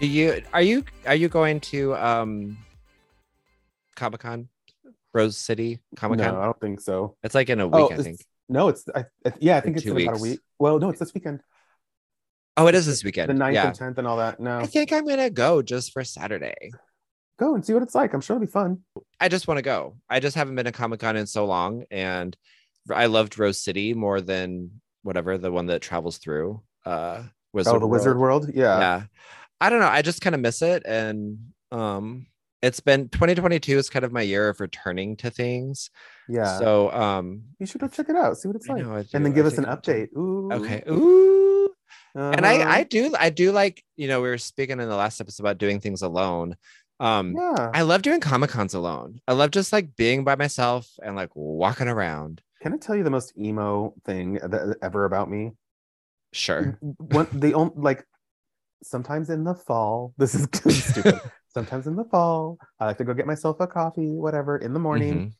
Do you are you are you going to um Comic Con, Rose City Comic Con? No, I don't think so. It's like in a Oh, week, I it's- think. No, it's I, I- yeah, I think it's two in about a weeks. week. Well, no, it's this weekend, Oh, it is this weekend. the 9th yeah. and tenth, and all that. No, I think I'm gonna go just for Saturday. go and see what it's like. I'm sure it'll be fun. I just want to go. I just haven't been to Comic Con in so long, and I loved Rose City more than whatever the one that travels through. Uh, Wizard oh, the Wizard World. Yeah. Yeah. I don't know. I just kind of miss it, and um, it's been 2022 is kind of my year of returning to things. Yeah. So um, you should go check it out. See what it's I like, know I do. and then I give us an think I'll do. update. Ooh. Okay. Ooh. and Uh-huh. I, I do I do like you know we were speaking in the last episode about doing things alone. Um, Yeah. I love doing comic cons alone. I love just like being by myself and like walking around. Can I tell you the most emo thing that, ever about me? Sure. One, the only like sometimes in the fall. This is stupid. sometimes in the fall, I like to go get myself a coffee, whatever, in the morning. Mhm.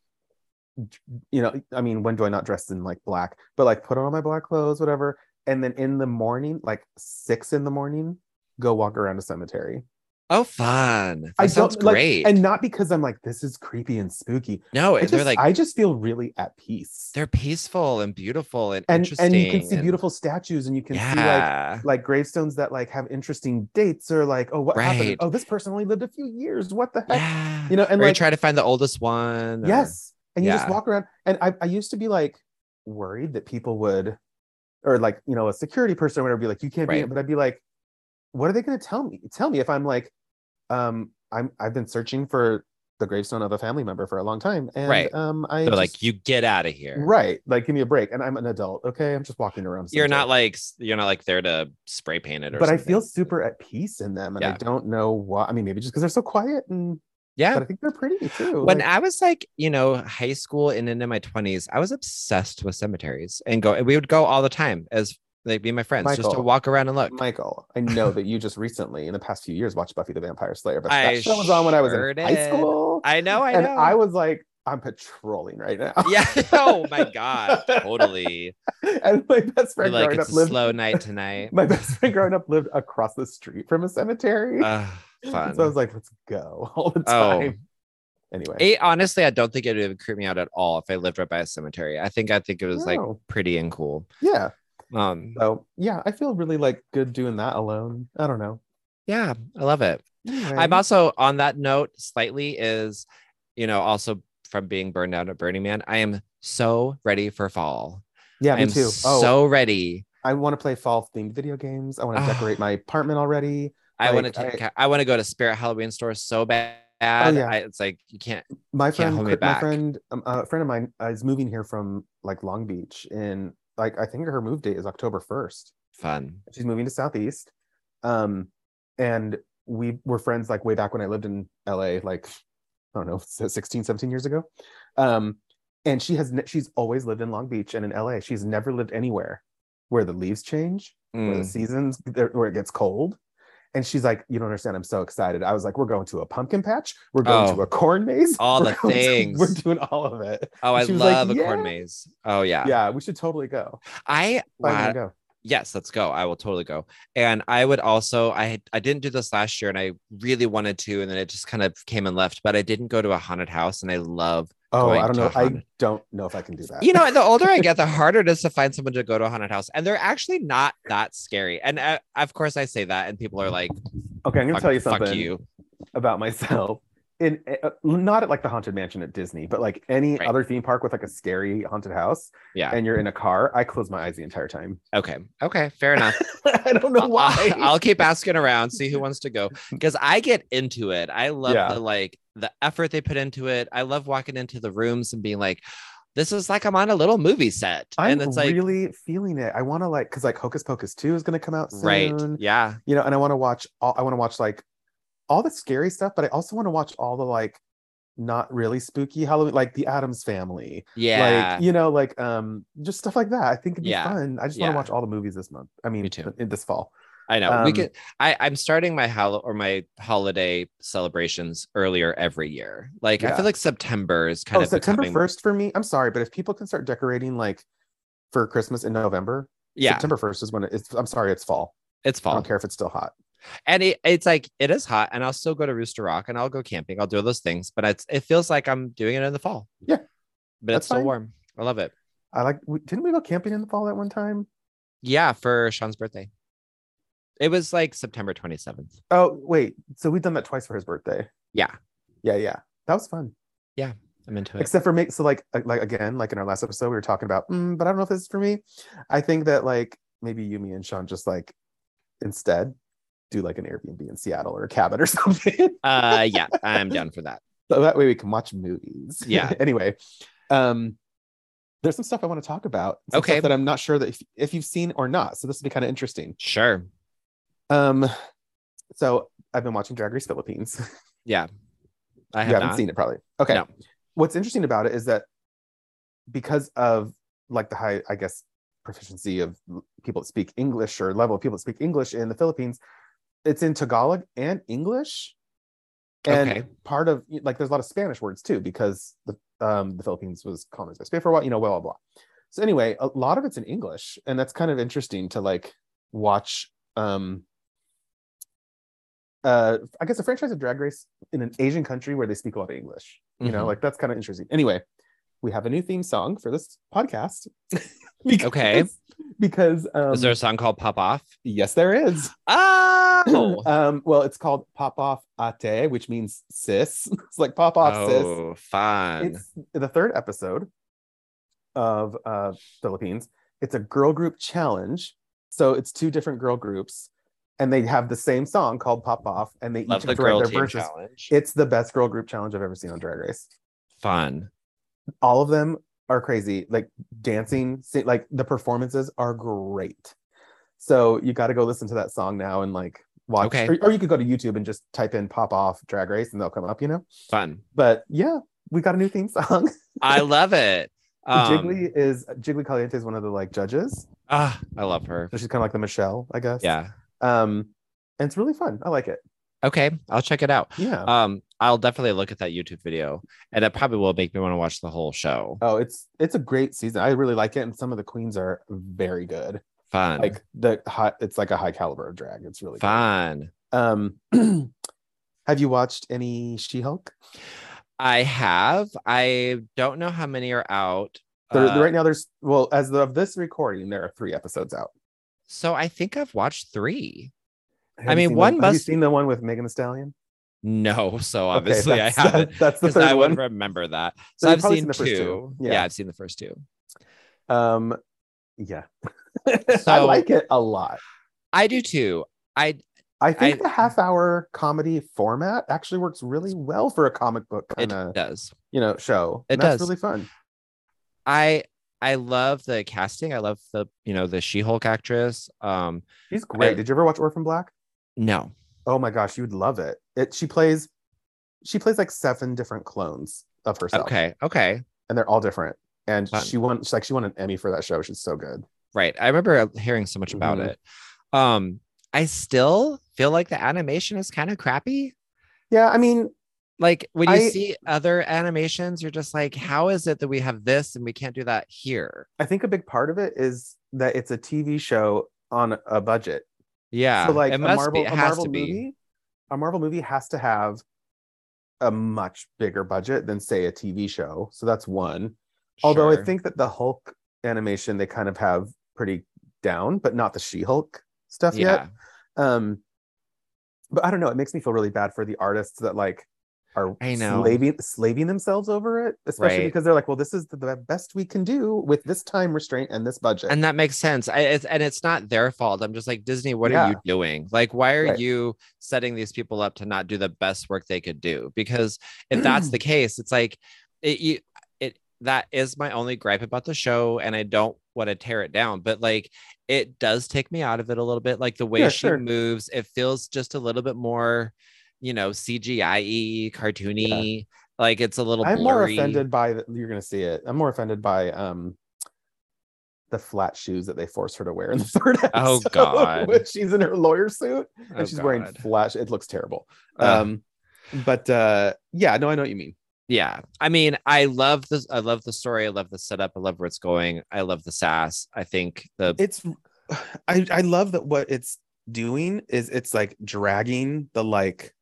you know, I mean, when do I not dress in like black? But like put on all my black clothes, whatever. And then in the morning, like six in the morning, go walk around a cemetery. Oh, fun. That I sounds don't, like, great. And not because I'm like, this is creepy and spooky. no, I and they're just- like I just feel really at peace. they're peaceful and beautiful and, And interesting. and you can see and- beautiful statues and you can see like yeah. like gravestones that like have interesting dates or like, oh, what Right. happened? Oh, this person only lived a few years. What the heck? yeah. You know, and or you like try to find the oldest one. or- Yes. And you just Yeah. walk around. And I, I used to be like worried that people would, or like, you know, a security person or whatever be like, you can't be in Right. it. But I'd be like, what are they going to tell me? Tell me if I'm like, um, I'm, I've been searching for the gravestone of a family member for a long time. And, Right. um, I, They're just- like, you get out of here. right. Like, give me a break. And I'm an adult. Okay. I'm just walking around. You're not sometimes. like s- you're not like there to spray paint it or but I something. feel super at peace in them. And I Yeah. don't know why. I mean, maybe just because they're so quiet and, yeah. but I think they're pretty too. when Like, I was like, you know, high school and into my twenties, I was obsessed with cemeteries and go. and We would go all the time as like be my friends just to Michael. walk around and look. Michael, I know that you just recently, in the past few years, watched Buffy the Vampire Slayer, but I that show was on when I was sure in did. high school. I know, I and know. I was like, I'm patrolling right now. yeah. Oh my god, totally. and my best You're friend like growing up it's a lived slow night tonight. my best friend growing up lived across the street from a cemetery. Ugh, Oh, fun. So I was like, let's go all the Oh. time. Anyway. It- honestly, I don't think it would creep me out at all if I lived right by a cemetery. I think I think it was like No. pretty and cool. yeah. Um, So yeah, I feel really like good doing that alone. I don't know. yeah, I love it. I'm Anyway. also on that note slightly is, you know, also from being burned out at Burning Man, I am so ready for fall. yeah, I me am too. Oh, so ready. I want to play fall themed video games. I want Ah. to decorate my apartment already. I want to Like, take. I, want to go to Spirit Halloween store so bad. Oh, yeah. I, it's like you can't. my Can't friend, hold me Chris- my back. friend, um, a friend of mine uh, is moving here from like Long Beach, and like I think her move date is October first. Fun. She's moving to Southeast, um, and we were friends like way back when I lived in LA, like I don't know, s- 16, 17 years ago. Um, and she has ne- she's always lived in Long Beach and in LA. She's never lived anywhere where the leaves change, where the Mm. seasons there- where it gets cold. And she's like, "You don't understand. I'm so excited." I was like, "We're going to a pumpkin patch. We're going Oh. to a corn maze. All We're the going to- things. we're doing all of it. Oh, I She was like, love a corn "Yeah." maze. Oh yeah. Yeah, we should totally go. I Why wow, not go? yes, let's go. I will totally go. And I would also. I had- I didn't do this last year, and I really wanted to, and then it just kind of came and left. But I didn't go to a haunted house, and I love Oh, going I don't to know. I Haunted- don't know if I can do that. you know, the older I get, the harder it is to find someone to go to a haunted house, and they're actually not that scary. And uh, of course, I say that, and people are like, okay, I'm gonna "Fuck, tell you fuck something you." about myself. In uh, not at like the haunted mansion at Disney, but like any Right. other theme park with like a scary haunted house, Yeah. and you're in a car, I close my eyes the entire time. Okay. Okay. Fair enough. I don't know I'll- why. I'll keep asking around, see who wants to go, because I get into it. I love Yeah. the like the effort they put into it. I love walking into the rooms and being like, "This is like I'm on a little movie set," I'm and it's like, really feeling it. I want to like because like Hocus Pocus two is gonna come out soon. right? Yeah. you know and i want to watch all i want to watch like all the scary stuff but i also want to watch all the like not really spooky halloween like the adams family Yeah. like you know like um just stuff like that i think it'd be Yeah. fun i just Yeah. want to watch all the movies this month i mean Me too. in this fall I know we Um, could. I I'm starting my hol- or my holiday celebrations earlier every year. Like I Yeah. feel like September is kind oh of september becoming, 1st for me i'm sorry but if people can start decorating like for christmas in november Yeah, september 1st is when it- it's i'm sorry it's fall it's i fall. don't care if it's still hot and it, it's like it is hot and i'll still go to rooster rock and i'll go camping i'll do all those things but it's it feels like i'm doing it in the fall Yeah. but That's it's still fine. warm i love it I like. We, didn't we go camping in the fall at one time? yeah for sean's birthday it was like september 27th Oh wait, so we've done that twice for his birthday. yeah Yeah, yeah, that was fun. i'm into it Except for make so like uh, like again like in our last episode we were talking about, "Mm, but I don't know if this is for me. I think that like maybe you, me, and Sean just like instead do like an Airbnb in Seattle or a cabin or something. uh yeah i'm down for that so that way we can watch movies. Yeah. anyway, um, there's some stuff I want to talk about. some Okay. stuff That I'm not sure that if, if you've seen or not. So this will be kind of interesting. sure Um, so I've been watching Drag Race Philippines. yeah i you have haven't not seen it probably. Okay. No. What's interesting about it is that because of like the high, I guess, proficiency of people that speak English or level of people that speak English in the Philippines, it's in Tagalog and English. And Okay. part of like there's a lot of Spanish words too, because the um the Philippines was colonized by Spain for a while, you know, blah blah blah. So anyway, a lot of it's in English, and that's kind of interesting to like watch um uh I guess a franchise of drag race in an Asian country where they speak a lot of English. You know, Mhm. like that's kind of interesting. Anyway, we have a new theme song for this podcast. Because- Okay. Because um is there a song called pop off yes there is. oh Um well it's called Pop Off Ate, which means sis. It's like pop off sis oh fun it's the third episode of uh, Philippines. It's a girl group challenge. So it's two different girl groups, and they have the same song called "Pop Off," and they love each the have to write girl their team verses. challenge It's the best girl group challenge I've ever seen on Drag Race. fun All of them are crazy, like dancing, sing, like the performances are great. So you got to go listen to that song now and like watch, Okay. or, or you could go to YouTube and just type in "Pop Off Drag Race" and they'll come up, you know. fun But yeah, we got a new theme song. i love it Um, Jiggly is Jiggly Caliente is one of the like judges. Ah, I love her. So she's kind of like the Michelle, I guess. Yeah. Um, and it's really fun. I like it. Okay, I'll check it out. Yeah. Um, I'll definitely look at that YouTube video, and it probably will make me want to watch the whole show. oh, it's it's a great season. I really like it, and some of the queens are very good. Fun, Like the high, it's like a high caliber of drag. It's really fun. good. Um, have you watched any She Hulk? I have. I don't know how many are out. Uh, right now, there's well, as of this recording, there are three episodes out. So I think I've watched three. Have I you mean, seen one the- Have you must- seen the one with Megan Thee Stallion? No, so Okay, obviously I that's- haven't that's the because third I one. would remember that. So So, you've I've probably seen, seen the two. first two. Yeah. Yeah. I've seen the first two. Um, yeah, I So- like it a lot. I do too. I I think I- the half hour comedy format actually works really well for a comic book it kind of does. you know show. It and that's does. really fun. I I love the casting. I love the you know the She-Hulk actress. Um, She's great. I- Did you ever watch Orphan Black? no, Oh my gosh, you would love it. It she plays she plays like seven different clones of herself. Okay. Okay. And they're all different. And Fun. she won she's like she won an Emmy for that show. She's so good. Right. I remember hearing so much about Mhm. it. Um, I still feel like the animation is kind of crappy. Yeah, I mean, Like when you I- see other animations, you're just like, how is it that we have this and we can't do that here? I think a big part of it is that it's a TV show on a budget. Yeah. so like it a must Marvel, be. It a has Marvel to be. movie, a Marvel movie has to have a much bigger budget than say a TV show. So that's one. Although I Sure. think that the Hulk animation they kind of have pretty down, but not the She-Hulk stuff yeah. yet. Um, but I don't know. It makes me feel really bad for the artists that like are I know. slaving slaving themselves over it, especially Right. because they're like, well, this is the- the best we can do with this time restraint and this budget. And that makes sense. I, it's, and it's not their fault. I'm just like, Disney, what are you doing? Like, why are Right. you setting these people up to not do the best work they could do? Because if that's the case, it's like, it, you, it, that is my only gripe about the show. And I don't want to tear it down, but like, it does take me out of it a little bit. Like the way Yeah, she sure. moves, it feels just a little bit more, you know, CGI cartoony. Like it's a little I'm more blurry. offended by the, you're gonna see it. I'm more offended by um the flat shoes that they force her to wear in the third episode. Oh, God. when she's in her lawyer suit Oh, and she's wearing God. flat. It looks terrible. Ugh. Um, but uh, yeah, no, I know what you mean. yeah i mean i love this i love the story i love the setup i love where it's going i love the sass i think the It's I I love that what it's doing is it's like dragging the like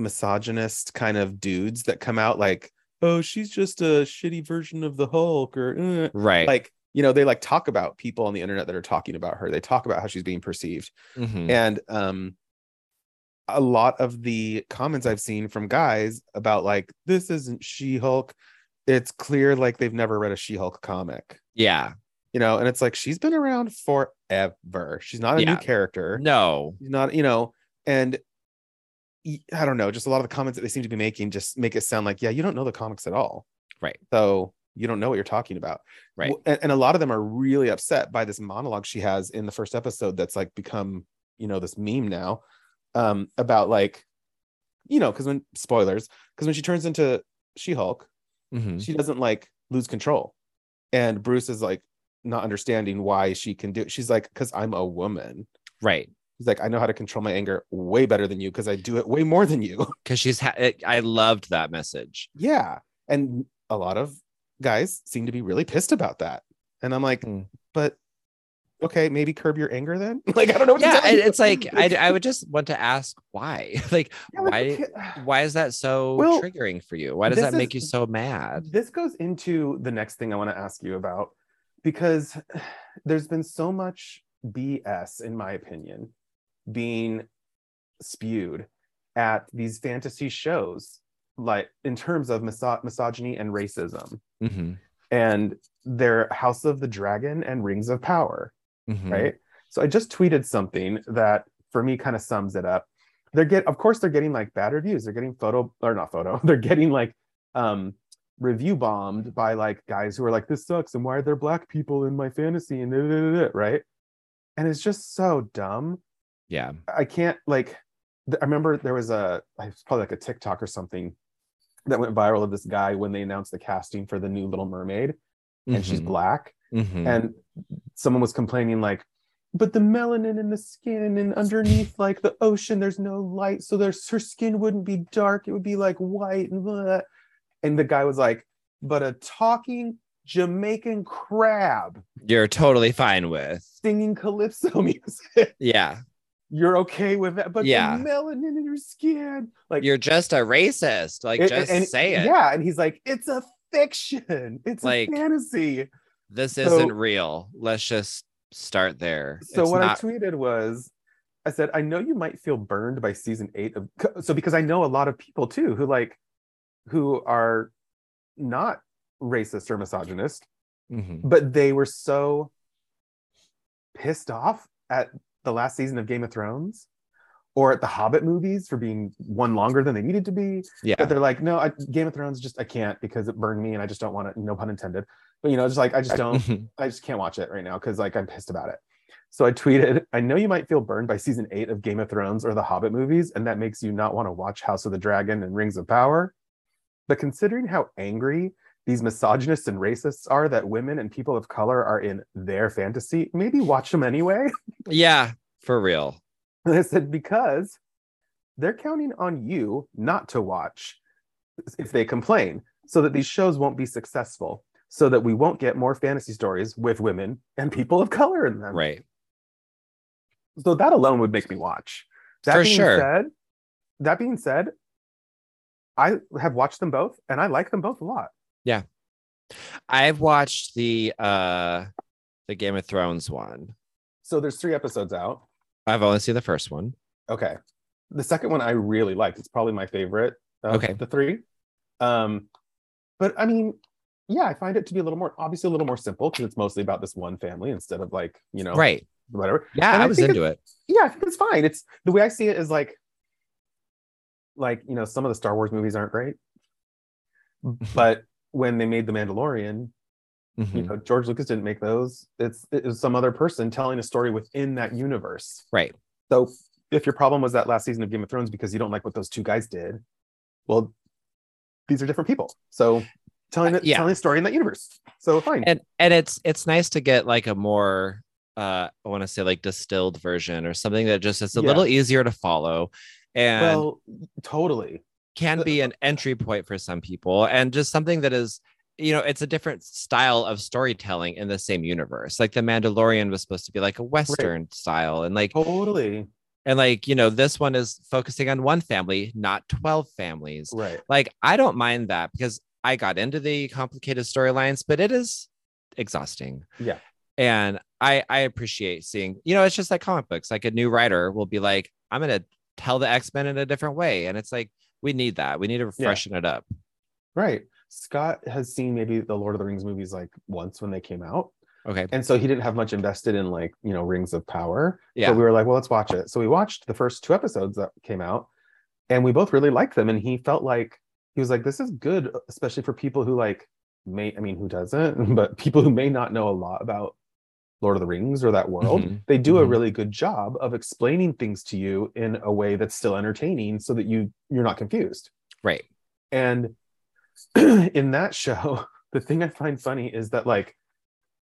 misogynist kind of dudes that come out like, oh, she's just a shitty version of the Hulk or "Uh, right. like you know they like talk about people on the internet that are talking about her. They talk about how she's being perceived Mhm. and um a lot of the comments i've seen from guys about like this isn't she-hulk it's clear like they've never read a she-hulk comic Yeah. you know and it's like she's been around forever she's not a Yeah. new character No. she's not you know and y- i don't know just a lot of the comments that they seem to be making just make it sound like yeah you don't know the comics at all Right. so you don't know what you're talking about Right. W- and, and a lot of them are really upset by this monologue she has in the first episode that's like become you know this meme now um about like you know because when spoilers because when she turns into she-hulk Mhm. she doesn't like lose control and bruce is like not understanding why she can do she's like because i'm a woman Right. He's like, I know how to control my anger way better than you because I do it way more than you. Because she's. Ha- it, I loved that message. yeah. And a lot of guys seem to be really pissed about that. And I'm like, Hmm. but okay, maybe curb your anger then. like, I don't know what Yeah, to tell and you. it's like I, I would just want to ask why, like Yeah, like, why, okay. why is that so Well, triggering for you? Why does this that make is- you so mad? Uh, This goes into the next thing I want to ask you about because there's been so much BS, in my opinion, being spewed at these fantasy shows, like in terms of miso- misogyny and racism. Mhm. and their House of the Dragon and Rings of Power, Mhm. right? So I just tweeted something that for me kind of sums it up. They're get of course they're getting like bad reviews. They're getting photo or not photo. They're getting like um review bombed by like guys who are like this sucks and why are there black people in my fantasy and da, da, da, da, right? And it's just so dumb. Yeah. I can't like th- I remember there was a it was probably like a TikTok or something that went viral of this guy when they announced the casting for the new Little Mermaid and she's Mhm. black Mhm. and someone was complaining like but the melanin in the skin and underneath like the ocean there's no light so there's her skin wouldn't be dark it would be like white and blah. and the guy was like but a talking jamaican crab you're totally fine with. singing calypso music Yeah, you're okay with that but Yeah. the melanin in your skin like you're just a racist. Like, it- just and- say it. yeah and he's like it's a fiction it's Like- a fantasy This So- isn't real. Let's just start there. So It's what not- I tweeted was, I said, I know you might feel burned by season eight of so because I know a lot of people too who like who are not racist or misogynist, Mhm. but they were so pissed off at the last season of Game of Thrones or at the Hobbit movies for being one longer than they needed to be. Yeah. But they're like, no, I, Game of Thrones just I can't because it burned me and I just don't want it. No pun intended. But you know, just like I just don't. Mhm. I just can't watch it right now because like I'm pissed about it. So I tweeted, I know you might feel burned by season eight of Game of Thrones or the Hobbit movies, and that makes you not want to watch House of the Dragon and Rings of Power. But considering how angry these misogynists and racists are that women and people of color are in their fantasy, maybe watch them anyway. Yeah, for real. And I said, because they're counting on you not to watch if they complain, so that these shows won't be successful, so that we won't get more fantasy stories with women and people of color in them. Right. So that alone would make me watch. That For being sure. said, that being said, I have watched them both and I like them both a lot. I've watched the uh the Game of Thrones one. So there's three episodes out. I've only seen the first one. Okay. The second one I really liked. It's probably my favorite of Okay. the three. Um, but I mean, yeah, I find it to be a little more obviously a little more simple because it's mostly about this one family instead of like, you know, Right. whatever. Yeah, And I I was think into it. Yeah, I think it's fine. It's the way I see it is like like, you know, some of the Star Wars movies aren't great, but when they made The Mandalorian, you Mhm. know, George Lucas didn't make those. It's it was some other person telling a story within that universe. Right. So if your problem was that last season of Game of Thrones because you don't like what those two guys did, well, these are different people. So telling Uh, it, yeah. telling a story in that universe. So fine. And and it's it's nice to get like a more uh I want to say like distilled version or something that just is a Yeah. little easier to follow. And well, totally. can The- be an entry point for some people and just something that is you know, it's a different style of storytelling in the same universe. Like the Mandalorian was supposed to be like a Western style, and like Totally. and like you know, this one is focusing on one family, not twelve families. Right. Like I don't mind that because I got into the complicated storylines, but it is exhausting. Yeah. And I I appreciate seeing, you know, it's just like comic books. Like a new writer will be like, I'm gonna tell the X-Men in a different way. And it's like, we need that. We need to Yeah. freshen it up. Right. Scott has seen maybe the Lord of the Rings movies like once when they came out. Okay. And so he didn't have much invested in like, you know, Rings of Power. Yeah. But we were like, well, let's watch it. So we watched the first two episodes that came out and we both really liked them. And he felt like, he was like, this is good, especially for people who like may, I mean, who doesn't, but people who may not know a lot about Lord of the Rings or that world. Mhm. They do a Mhm. really good job of explaining things to you in a way that's still entertaining so that you you're not confused. Right. And in that show, the thing I find funny is that like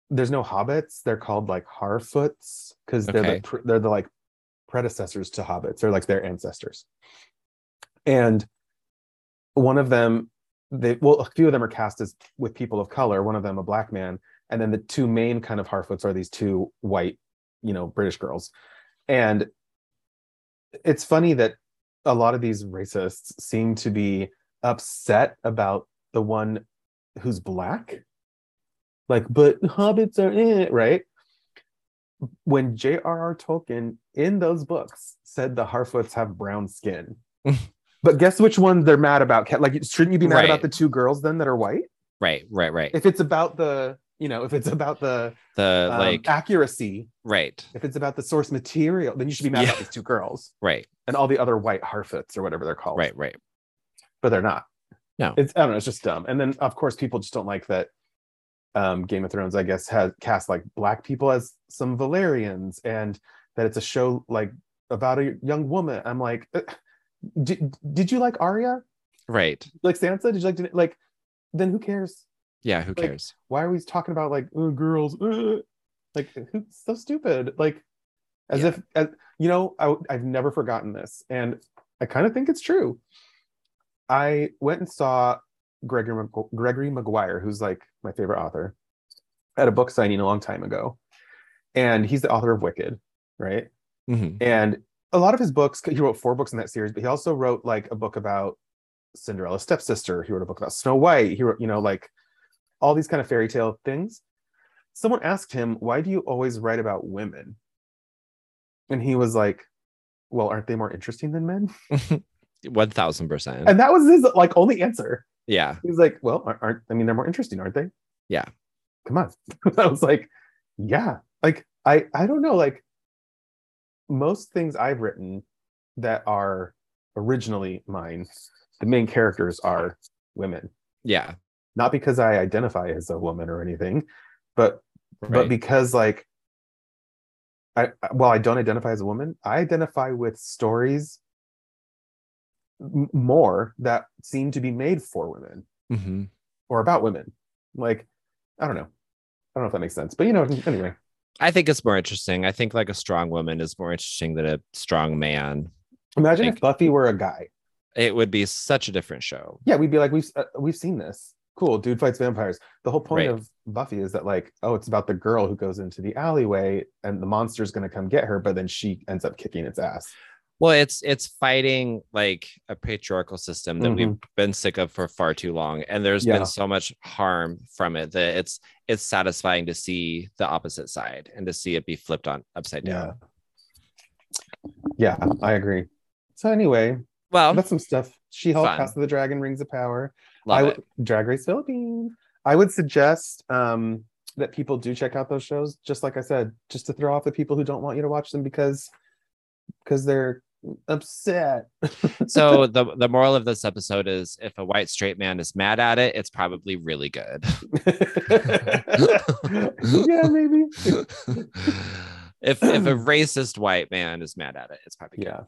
there's no hobbits. They're called like Harfoots because they're Okay. the pr- they're the like predecessors to hobbits. They're like their ancestors. And one of them, they well, a few of them are cast as with people of color. One of them a black man, and then the two main kind of Harfoots are these two white, you know, British girls. And it's funny that a lot of these racists seem to be upset about the one who's black. Like, but hobbits are in it, right? When J.R.R. Tolkien in those books said the Harfoots have brown skin. but guess which one they're mad about? Kat? Like, shouldn't you be mad Right. about the two girls then that are white? Right. Right. Right. If it's about the, you know, if it's about the The um, like accuracy, right. if it's about the source material, then you should be mad Yeah. about these two girls Right. and all the other white Harfoots or whatever they're called Right. Right. but they're not. No. it's I don't know. It's just dumb. And then of course people just don't like that. Um, Game of Thrones, I guess, has cast like black people as some Valerians, and that it's a show like about a young woman. I'm like, uh, did, did you like Arya? Right. Like Sansa? Did you like Daener- like? Then who cares? Yeah. Who Like, cares? Why are we talking about like "Oh, girls? uh," like who's so stupid? Like as Yeah. if as, you know, I, I've never forgotten this, and I kind of think it's true. I went and saw Gregory Mag- Gregory Maguire, who's like my favorite author, at a book signing a long time ago, and he's the author of Wicked, right? Mhm. And a lot of his books, he wrote four books in that series, but he also wrote like a book about Cinderella's stepsister. He wrote a book about Snow White. He wrote, you know, like all these kind of fairy tale things. Someone asked him, Why do you always write about women? And he was like, Well, aren't they more interesting than men? One thousand percent. And that was his like only answer. Yeah. He was like, Well, aren't, aren't I mean, they're more interesting, aren't they? Yeah. Come on. I was like, Yeah. Like, I, I don't know. Like, most things I've written that are originally mine, the main characters are women. Yeah. Not because I identify as a woman or anything, but but Right. because like I while I don't identify as a woman, I identify with stories m- more that seem to be made for women Mhm. or about women. Like I don't know. I don't know if that makes sense, but you know, anyway. I think it's more interesting. I think like a strong woman is more interesting than a strong man. Imagine if Like- Buffy were a guy. It would be such a different show. Yeah, we'd be like, we've uh, we've seen this. Cool, dude fights vampires. The whole point Right. of Buffy is that like, oh, it's about the girl who goes into the alleyway and the monster's gonna come get her, but then she ends up kicking its ass. Well, it's it's fighting like a patriarchal system that we've been sick of for far too long, and there's Mm-hmm. Yeah. been so much harm from it that it's it's satisfying to see the opposite side and to see it be flipped on upside down. Yeah. Yeah, I agree. So anyway, Well, that's some stuff. She Hulk, Um, Fun. House of the Dragon, Rings of Power, love I it. w- Drag Race Philippines. I would suggest um, that people do check out those shows. Just like I said, just to throw off the people who don't want you to watch them because because they're upset. so the the moral of this episode is if a white straight man is mad at it, it's probably really good. yeah, maybe. if if a racist white man is mad at it, it's probably good. Yeah.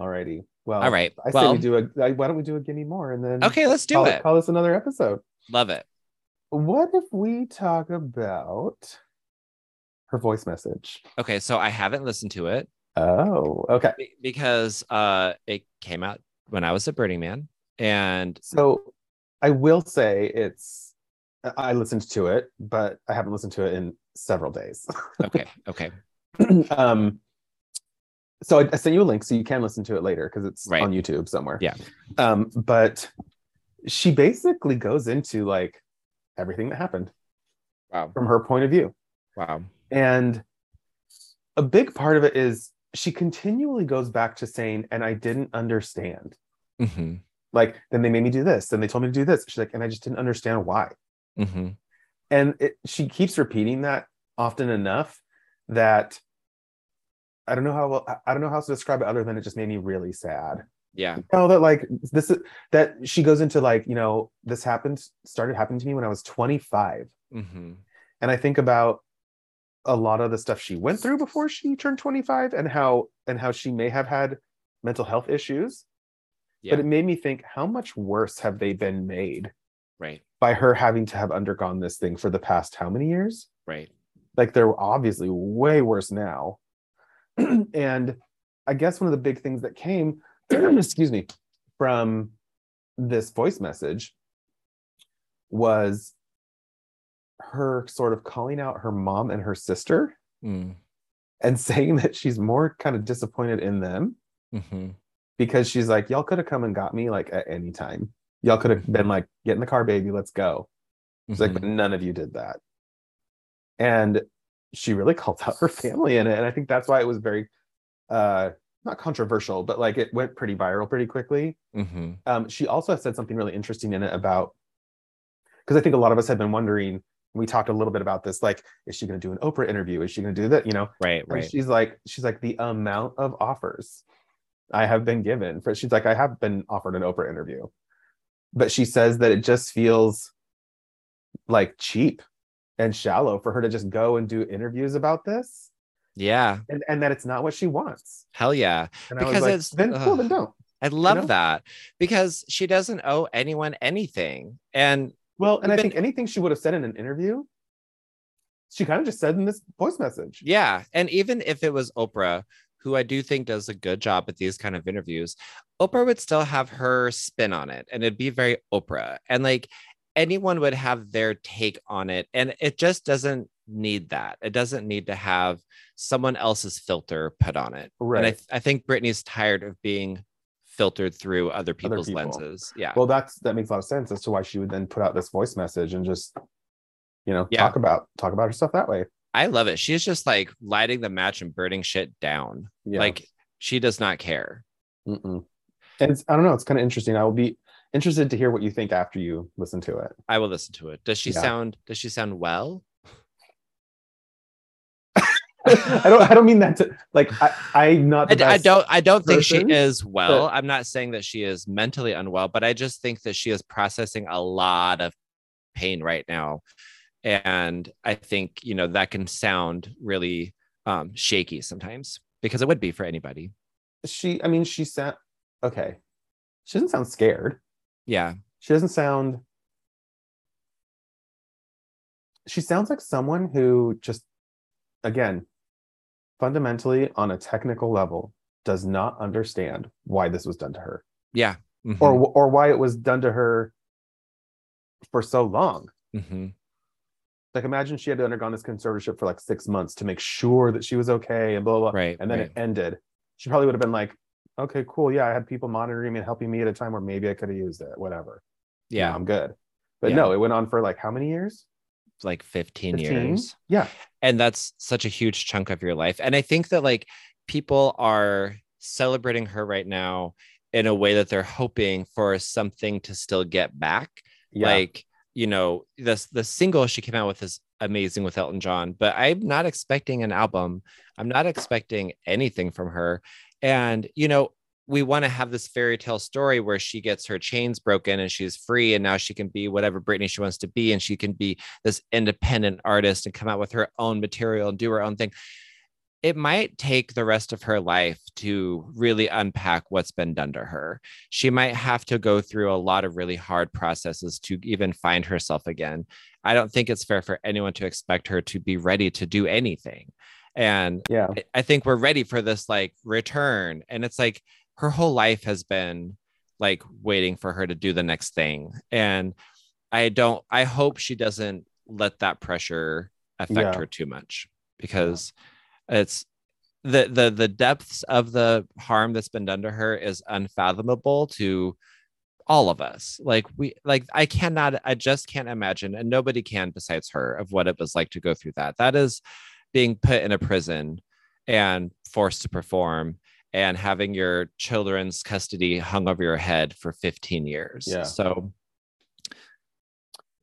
Alrighty. Well, All right. I say well, we do a. I, why don't we do a gimme more and then okay, let's do call, it. call this another episode. Love it. What if we talk about her voice message? Okay, so I haven't listened to it Oh, okay. be- because uh it came out when I was at Burning Man, and So I will say it's. I I listened to it, but I haven't listened to it in several days. Okay. Okay. um, so I, I sent you a link so you can listen to it later because it's Right. on YouTube somewhere. Yeah. Um, but she basically goes into like everything that happened Wow. from her point of view. Wow. And a big part of it is she continually goes back to saying, and I didn't understand. hmm Like, then they made me do this, then they told me to do this. She's like, and I just didn't understand why. hmm And it, she keeps repeating that often enough that I don't know how well, I- I don't know how else to describe it other than it just made me really sad. Yeah. You know, that like this is that she goes into like, you know, this happened started happening to me when I was 25. hmm and i think about a lot of the stuff she went through before she turned 25 and how and how she may have had mental health issues Yeah. but it made me think how much worse have they been made Right. by her having to have undergone this thing for the past how many years Right. like they're obviously way worse now and i guess one of the big things that came excuse me from this voice message was her sort of calling out her mom and her sister Mm-hmm. and saying that she's more kind of disappointed in them mm-hmm, because she's like y'all could have come and got me like at any time y'all could have been like get in the car baby let's go She's Mm-hmm. like, but none of you did that. And she really called out her family in it. And I think that's why it was very uh not controversial, but like it went pretty viral pretty quickly. hmm Um, she also said something really interesting in it about because I think a lot of us have been wondering, we talked a little bit about this, like, is she gonna do an Oprah interview? Is she gonna do that? You know, Right. and Right. she's like, she's like, the amount of offers I have been given for she's like, I have been offered an Oprah interview. But she says that it just feels like cheap and shallow for her to just go and do interviews about this Yeah. and, and that it's not what she wants. Hell yeah. And I was Because like, it's- then cool, then ugh. don't. I love know? that because she doesn't owe anyone anything. And Well, and I Even- think anything she would have said in an interview, she kind of just said in this voice message. yeah, and even if it was Oprah, who I do think does a good job at these kind of interviews, Oprah would still have her spin on it and it'd be very Oprah. And like anyone would have their take on it. And it just doesn't need that. It doesn't need to have someone else's filter put on it. Right. And I, th- I think Britney's tired of being filtered through other people's people. lenses. Yeah. well that's that makes a lot of sense as to why she would then put out this voice message and just you know Yeah. talk about talk about her stuff that way I love it. She's just like lighting the match and burning shit down. yeah Like she does not care. Mm-mm. and it's, i don't know it's kind of interesting i will be interested to hear what you think after you listen to it I will listen to it. Does she Yeah. sound does she sound well? i don't i don't mean that to like i i'm not I, the d- I best- don't I don't think she person, is well. but- I'm not saying that she is mentally unwell, but I just think that she is processing a lot of pain right now. And I think, you know, that can sound really um shaky sometimes because it would be for anybody. she i mean she sound okay she doesn't sound scared Yeah. she doesn't sound she sounds like someone who just again fundamentally on a technical level does not understand why this was done to her Yeah. Mhm. or or why it was done to her for so long Mhm. like imagine she had undergone this conservatorship for like six months to make sure that she was okay and blah blah, blah. Right, and then it ended she probably would have been like okay cool yeah i had people monitoring me and helping me at a time where maybe i could have used it whatever You know, yeah, i'm good but Yeah. no it went on for like how many years like 15 15? years. yeah and that's such a huge chunk of your life and i think that like people are celebrating her right now in a way that they're hoping for something to still get back yeah like you know this the single she came out with is amazing with elton john but i'm not expecting an album i'm not expecting anything from her and you know we want to have this fairy tale story where she gets her chains broken and she's free and now she can be whatever Britney she wants to be and she can be this independent artist and come out with her own material and do her own thing. It might take the rest of her life to really unpack what's been done to her. She might have to go through a lot of really hard processes to even find herself again. I don't think it's fair for anyone to expect her to be ready to do anything. And yeah I- I think we're ready for this like return. And it's like her whole life has been like waiting for her to do the next thing. And I don't, I hope she doesn't let that pressure affect Yeah. her too much because it's the the the depths of the harm that's been done to her is unfathomable to all of us like we like i cannot i just can't imagine and nobody can besides her of what it was like to go through that that is being put in a prison and forced to perform and having your children's custody hung over your head for 15 years Yeah. so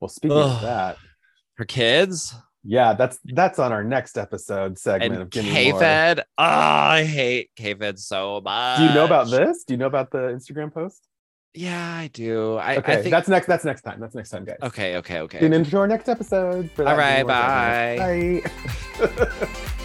Well, speaking Ugh. of that, her kids yeah, that's that's on our next episode segment and of Gimme More. k-fed oh i hate k-fed so much Do you know about this? Do you know about the Instagram post? yeah i do i, Okay, I think that's next. That's next time. That's next time, guys. okay okay okay Tune in to our next episode. For that All right, Gimme More segment. Bye.